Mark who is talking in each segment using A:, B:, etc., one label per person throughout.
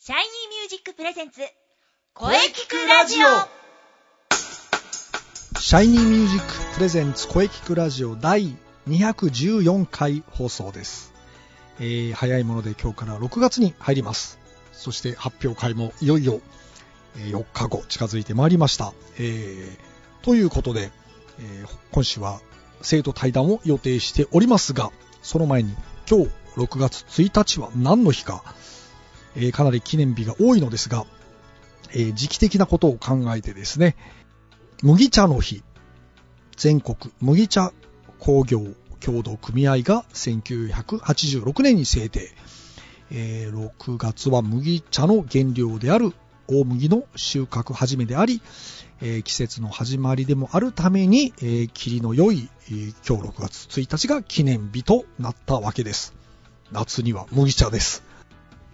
A: シャイニーミュージックプレゼンツ
B: 声聞くラジオ
C: シャイニーミュージックプレゼンツ声聞くラジオ第214回放送です、えー早いもので今日から6月に入りますそして発表会もいよいよえー4日後近づいてまいりました、えーということで、えー今週は生徒対談を予定しておりますがその前に今日6月1日は何の日か、えーかなり記念日が多いのですが、えー時期的なことを考えてですね麦茶の日全国麦茶工業協同組合が1986年に制定、えー6月は麦茶の原料である大麦の収穫始めであり、えー季節の始まりでもあるために、えー、霧の良い、えー今日6月1日が記念日となったわけです夏には麦茶です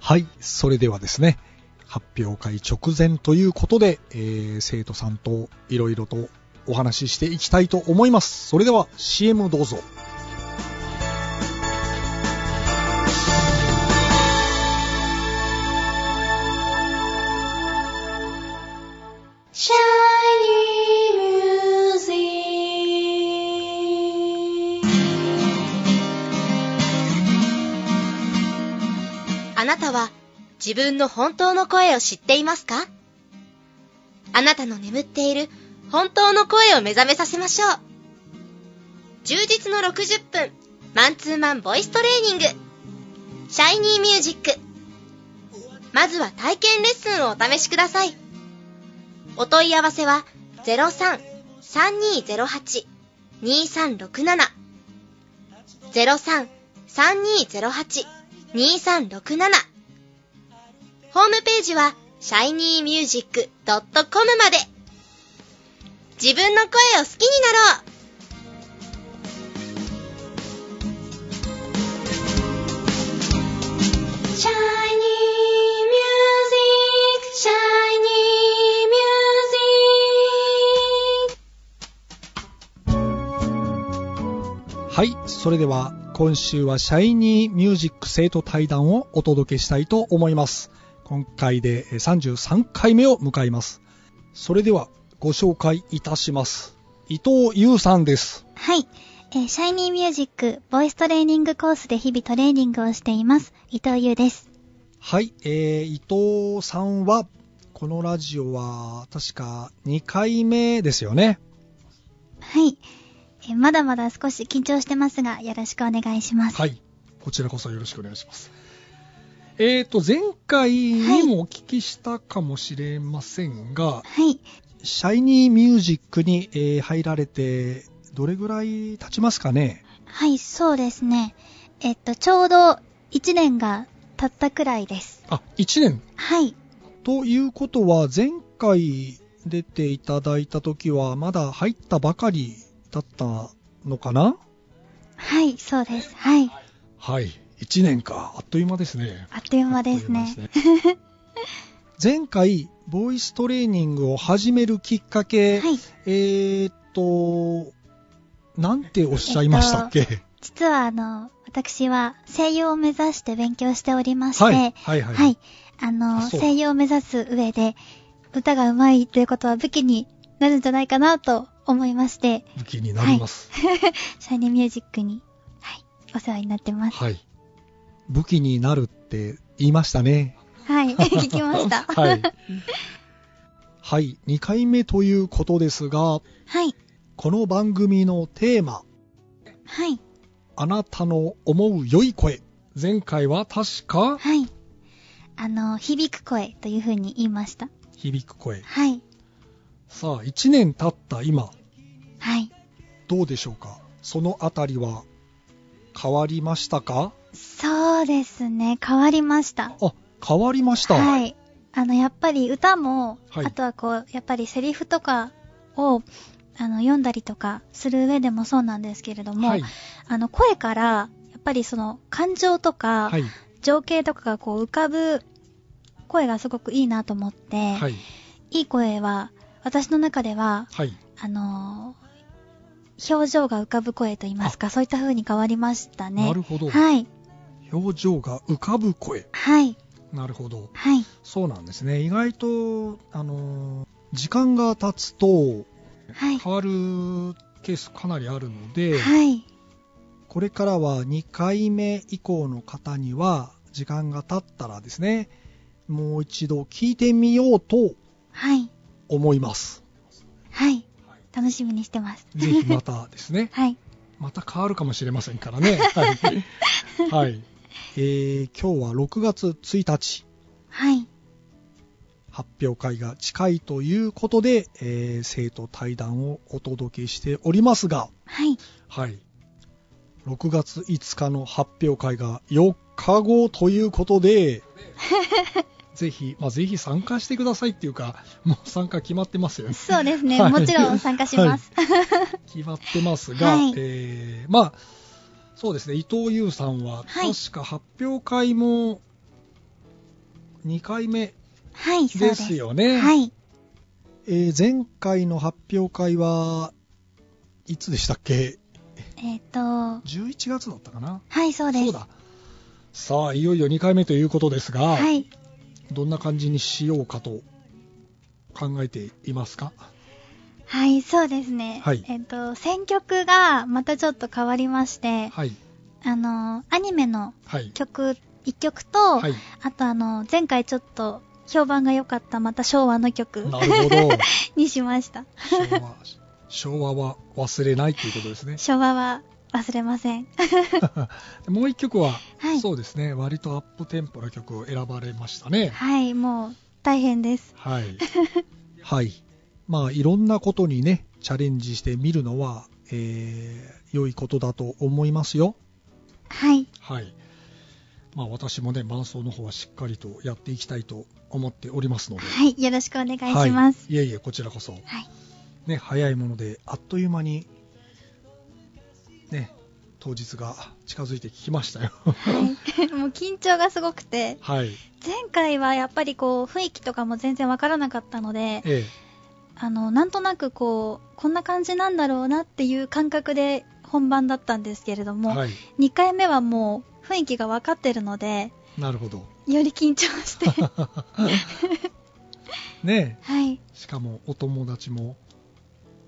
C: はいそれではですね発表会直前ということで、えー生徒さんといろいろとお話ししていきたいと思いますそれでは CM どうぞ
A: シャイニーミュージックあなたは自分の本当の声を知っていますかあなたの眠っている本当の声を目覚めさせましょう充実の60分マンツーマンボイストレーニングシャイニーミュージックまずは体験レッスンをお試しくださいお問い合わせは03-3208-2367 03-3208-2367ホームページは shinymusic.com まで自分の声を好きになろうシャイニーミュージック、シャイニーミュージック。
C: はいそれでは今週はシャイニーミュージック生徒対談をお届けしたいと思います今回でえー33回目を迎えますそれではご紹介いたします伊藤優さんです
D: はい。えーシャイニーミュージック、ボイストレーニングコースで日々トレーニングをしています。伊藤優です。
C: はい、えー、伊藤さんはこのラジオは確か2回目ですよね
D: はい。えーまだまだ少し緊張してますが、よろしくお願いします。
C: はい。こちらこそよろしくお願いします。えっ、と、前回にもお聞きしたかもしれませんが、
D: はい。
C: シャイニーミュージックに、えー入られて、どれぐらい経ちますかね
D: はい、そうですね。えっと、ちょうど1年が経ったくらいです。
C: あ、1年。
D: はい。
C: ということは、前回出ていただいた時は、まだ入ったばかりだったのかな
D: はい、そうです。はい。
C: はい。1年か。あっという間ですね。
D: あっという間ですね。
C: 前回、ボイストレーニングを始めるきっかけ、
D: はい。
C: えーっと、なんておっしゃいましたっけ、
D: 実は、あの、私は声優を目指して勉強しておりまして、
C: はい、はい、はい。
D: はい。あの、
C: あそう
D: 声優を目指す上で、歌が上手いということは武器になるんじゃないかなと思いまして、
C: 武器になります。
D: シャイニーミュージックに、はい、お世話になってます。
C: はい。武器になるって言いましたね。
D: はい、 聞きました。は
C: はい。はい、2回目ということですが、
D: い、
C: この番組のテーマ、
D: はい、
C: あなたの思う良い声。前回は確か、
D: はい。あの、響く声というふうに言いました。
C: 響く声。
D: はい、
C: さあ、1年経った今、
D: はい。
C: どうでしょうかそのあたりは変わりましたか
D: そうですね、変わりました。
C: あ、変わりました。
D: はい。あの、やっぱり歌も、
C: はい
D: あとはこう、やっぱりセリフとかを、あの、読んだりとかする上でもそうなんですけれども、
C: はい。
D: あの、声から、やっぱりその、感情とか、
C: はい。
D: 情景とかがこう、浮かぶ声がすごくいいなと思って、、
C: はいい。
D: い声は、私の中では、
C: はい。
D: あのー表情が浮かぶ声といいますか、そういった風に変わりましたね。
C: なるほど。
D: はい。
C: 表情が浮かぶ声。
D: はい。
C: なるほど
D: はい
C: そうなんですね意外とあの時間が経つと
D: はい
C: 変わるケースかなりあるので、
D: はい
C: これからは2回目以降の方には時間が経ったらですねもう一度聞いてみようと
D: はい
C: 思 います
D: はい楽しみにしてます
C: ぜひまたですね
D: はい
C: また変わるかもしれませんからねはい、はいえー今日は6月1日
D: はい
C: 発表会が近いということで、えー生徒対談をお届けしておりますが、
D: はい
C: はい、6月5日の発表会が4日後ということで、ぜひ、まあ、ぜひ参加してくださいっていうか、もう参加決まってますよね。
D: そうですね、
C: はい
D: もちろん参加します、
C: 決まってますが、
D: はい
C: えーまあ、そうですね、伊藤優さんは、
D: はい
C: 確か発表会も2回目
D: はい、そうで
C: ですすよね。
D: はい
C: えー前回の発表会はいつでしたっけ
D: えっ、と
C: ?11 月だったかな
D: はいそうです
C: そうだ。さあ、いよいよ2回目ということですが、
D: はい
C: どんな感じにしようかと考えていますか
D: はいそうですね、
C: はい
D: えっ、と選曲がまたちょっと変わりまして、
C: はい。
D: あのアニメの
C: はい。
D: 曲1曲と、
C: はい。
D: あとあの前回ちょっと評判が良かったまた昭和の曲
C: なるほど。
D: にしました
C: 昭和、 昭和は忘れないということです ね。
D: 昭和は忘れません
C: もう一曲は、
D: はい
C: そうですね、割とアップテンポな曲を選ばれましたね。
D: はいもう大変です
C: はい。はい。まあ、いろんなことにね、チャレンジしてみるのは、えー良いことだと思いますよ。
D: はい
C: はい。まあ、私もね、伴奏の方はしっかりとやっていきたいと思っておりますので。
D: はいよろしくお願いします
C: はい、いえいえ、こちらこそ。
D: はい
C: ね、早いもので、あっという間に、ね、当日が近づいてきましたよ。
D: はい、もう緊張がすごくて
C: はい。
D: 前回はやっぱりこう雰囲気とかも全然わからなかったので
C: ええ。
D: あのなんとなくこうこんな感じなんだろうなっていう感覚で本番だったんですけれども、
C: はい。
D: 2回目はもう雰囲気が分かってるので
C: なる ほど。
D: より緊張して
C: ね
D: はい、
C: え、しかもお友達も、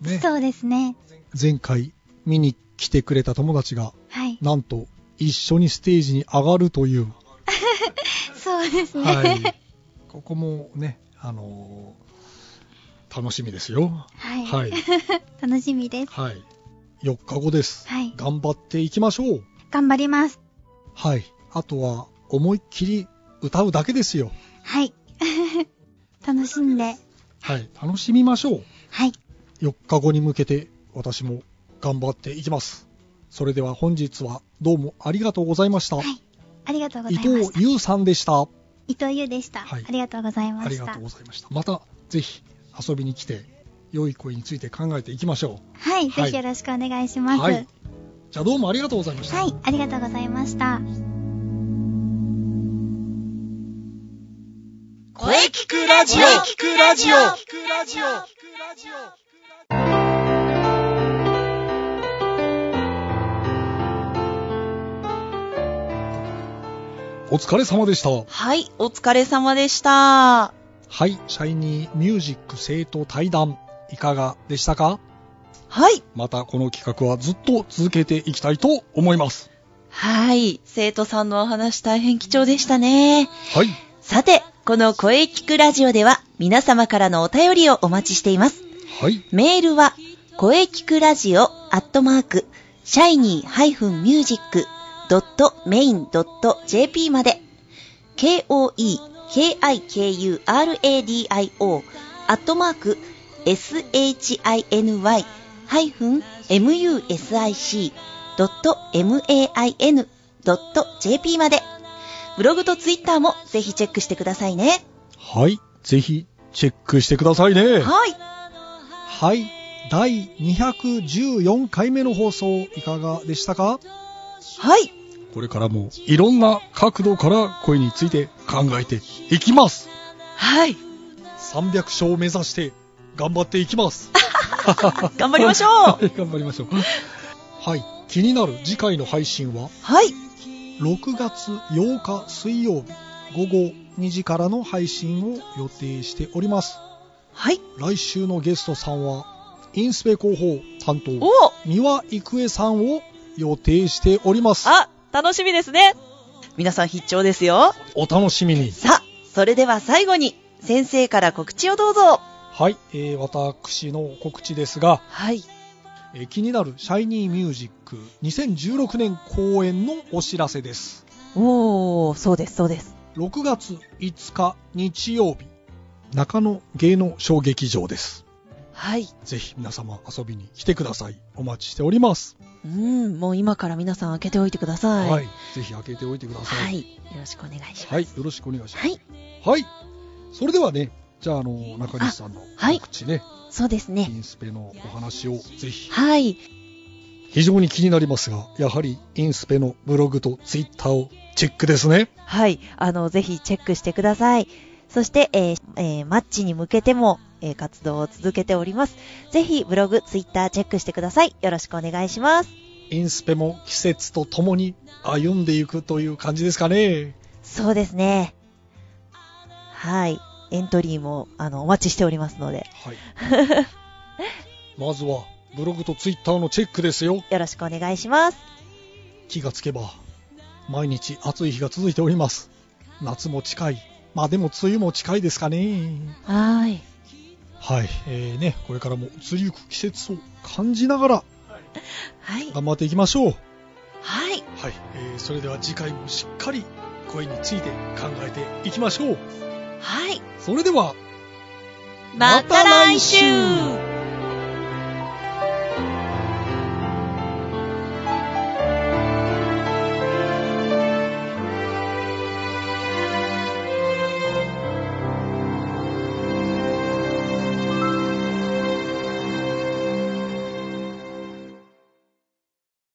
C: ね、
D: そうですね
C: 前回見に来てくれた友達が、
D: はい
C: なんと一緒にステージに上がるという。
D: そうですねは、
C: は いい。ここもね、あのー楽しみですよ。はい。
D: 楽しみです
C: はい。4日後です。
D: はい
C: 頑張っていきましょう。
D: 頑張ります
C: はい。あとは、思いっきり歌うだけですよ。
D: はい 楽しんで
C: はい。楽しみましょう。
D: はい
C: 4日後に向けて、私も頑張っていきます。それでは本日はどうもありがとうございました。
D: はいありがとうござ
C: 伊
D: いまし
C: 藤
D: た
C: 優さんでした。
D: 伊藤優でした、
C: はい
D: ありがとうございま
C: あり
D: し
C: が
D: た
C: とうございました。また、ぜひ遊びに来て、良い声について考えていきましょ
D: はい、
C: はい
D: ぜひよろしくお願いし
C: う。
D: ます
C: はい。じゃあどうもありがとうございました。
D: はい、ありがとうございました
B: 声聞くラジオ
A: 声
B: 聞くラジオ
C: お疲れ様でした。
E: はい、お疲れ様でし
C: は
E: た。
C: い、シャイニーミュージック生徒対談、いかがでしたか
E: はい。
C: またこの企画はずっと続けていきたいと思います。
E: はい、生徒さんのお話大変貴重でしたね。
C: はい、
E: さて、この声聞くラジオでは皆様からのお便りをお待ちしています。
C: はい、
E: メールは、声聞くラジオアットマーク、シャイニー -music.main.jp まで、k-o-e-k-i-k-u-r-a-d-i-o アットマーク、shiny-music.main.jp まで、ブログとツイッターもぜひチェックしてくださいね。
C: はい、ぜひチェックしてくださいね。
E: はい。
C: はい、第214回目の放送いかがでしたか
E: はい。
C: これからもいろんな角度から声について考えていきます。
E: はい。
C: 300勝を目指して頑張っていきます。
E: 頑張りま しょう。
C: はい 頑張りましょう。はい、気になる次回の配信は
E: はい。
C: 6月8日水曜日午後2時からの配信を予定しております
E: はい。
C: 来週のゲストさんはインスペ広報担当
F: おお
C: 三輪郁恵さんを予定しております
F: あ、楽しみですね。
E: 皆さん必聴ですよ。
C: お楽しみに
E: さあ、それでは最後に、先生から告知をどうぞ。
C: はい、えー私の告知ですが、
E: はい。
C: えー気になるシャイニーミュージック2016年公演のお知らせです
E: おー、そうです、そうです。
C: 6月5日日曜日中野芸能小劇場です
E: はい。
C: ぜひ皆様遊びに来てくださいお待ちしております
E: うん、もう今から皆さん開けておいてください。
C: はい、ぜひ開けておいてください
E: はい。よろしくお願いします。
C: はい、よろしくお願いします。
E: はい。
C: はい。それではね、じゃあ、あの、中西さんの
E: はい
C: 告知ね、
E: そうですね
C: イ。ンスペのお話をぜひ。
E: はい。
C: 非常に気になりますが、やはりインスペのブログとツイッターをチェックですね。
E: はい。あの、ぜひチェックしてください。そして、えーえーマッチに向けても、えー活動を続けております。ぜひ、ブログ、ツイッターチェックしてください。よろしくお願いします。
C: インスペも季節とともに歩んでいくという感じですかね。
E: そうですね。はい。エントリーも、あの、お待ちしておりますので、
C: はい。まずは、ブログとツイッターのチェックですよ。
E: よろしくお願いします。
C: 気がつけば毎日暑い日が続いております夏も近いまあでも梅雨も近いですかね
E: はい。
C: はい、えーねこれからも移りゆく季節を感じながら
E: はい。
C: 頑張っていきましょう
E: はい。
C: はい、えーそれでは次回もしっかり声について考えていきましょう
E: はい。
C: それでは
F: また来週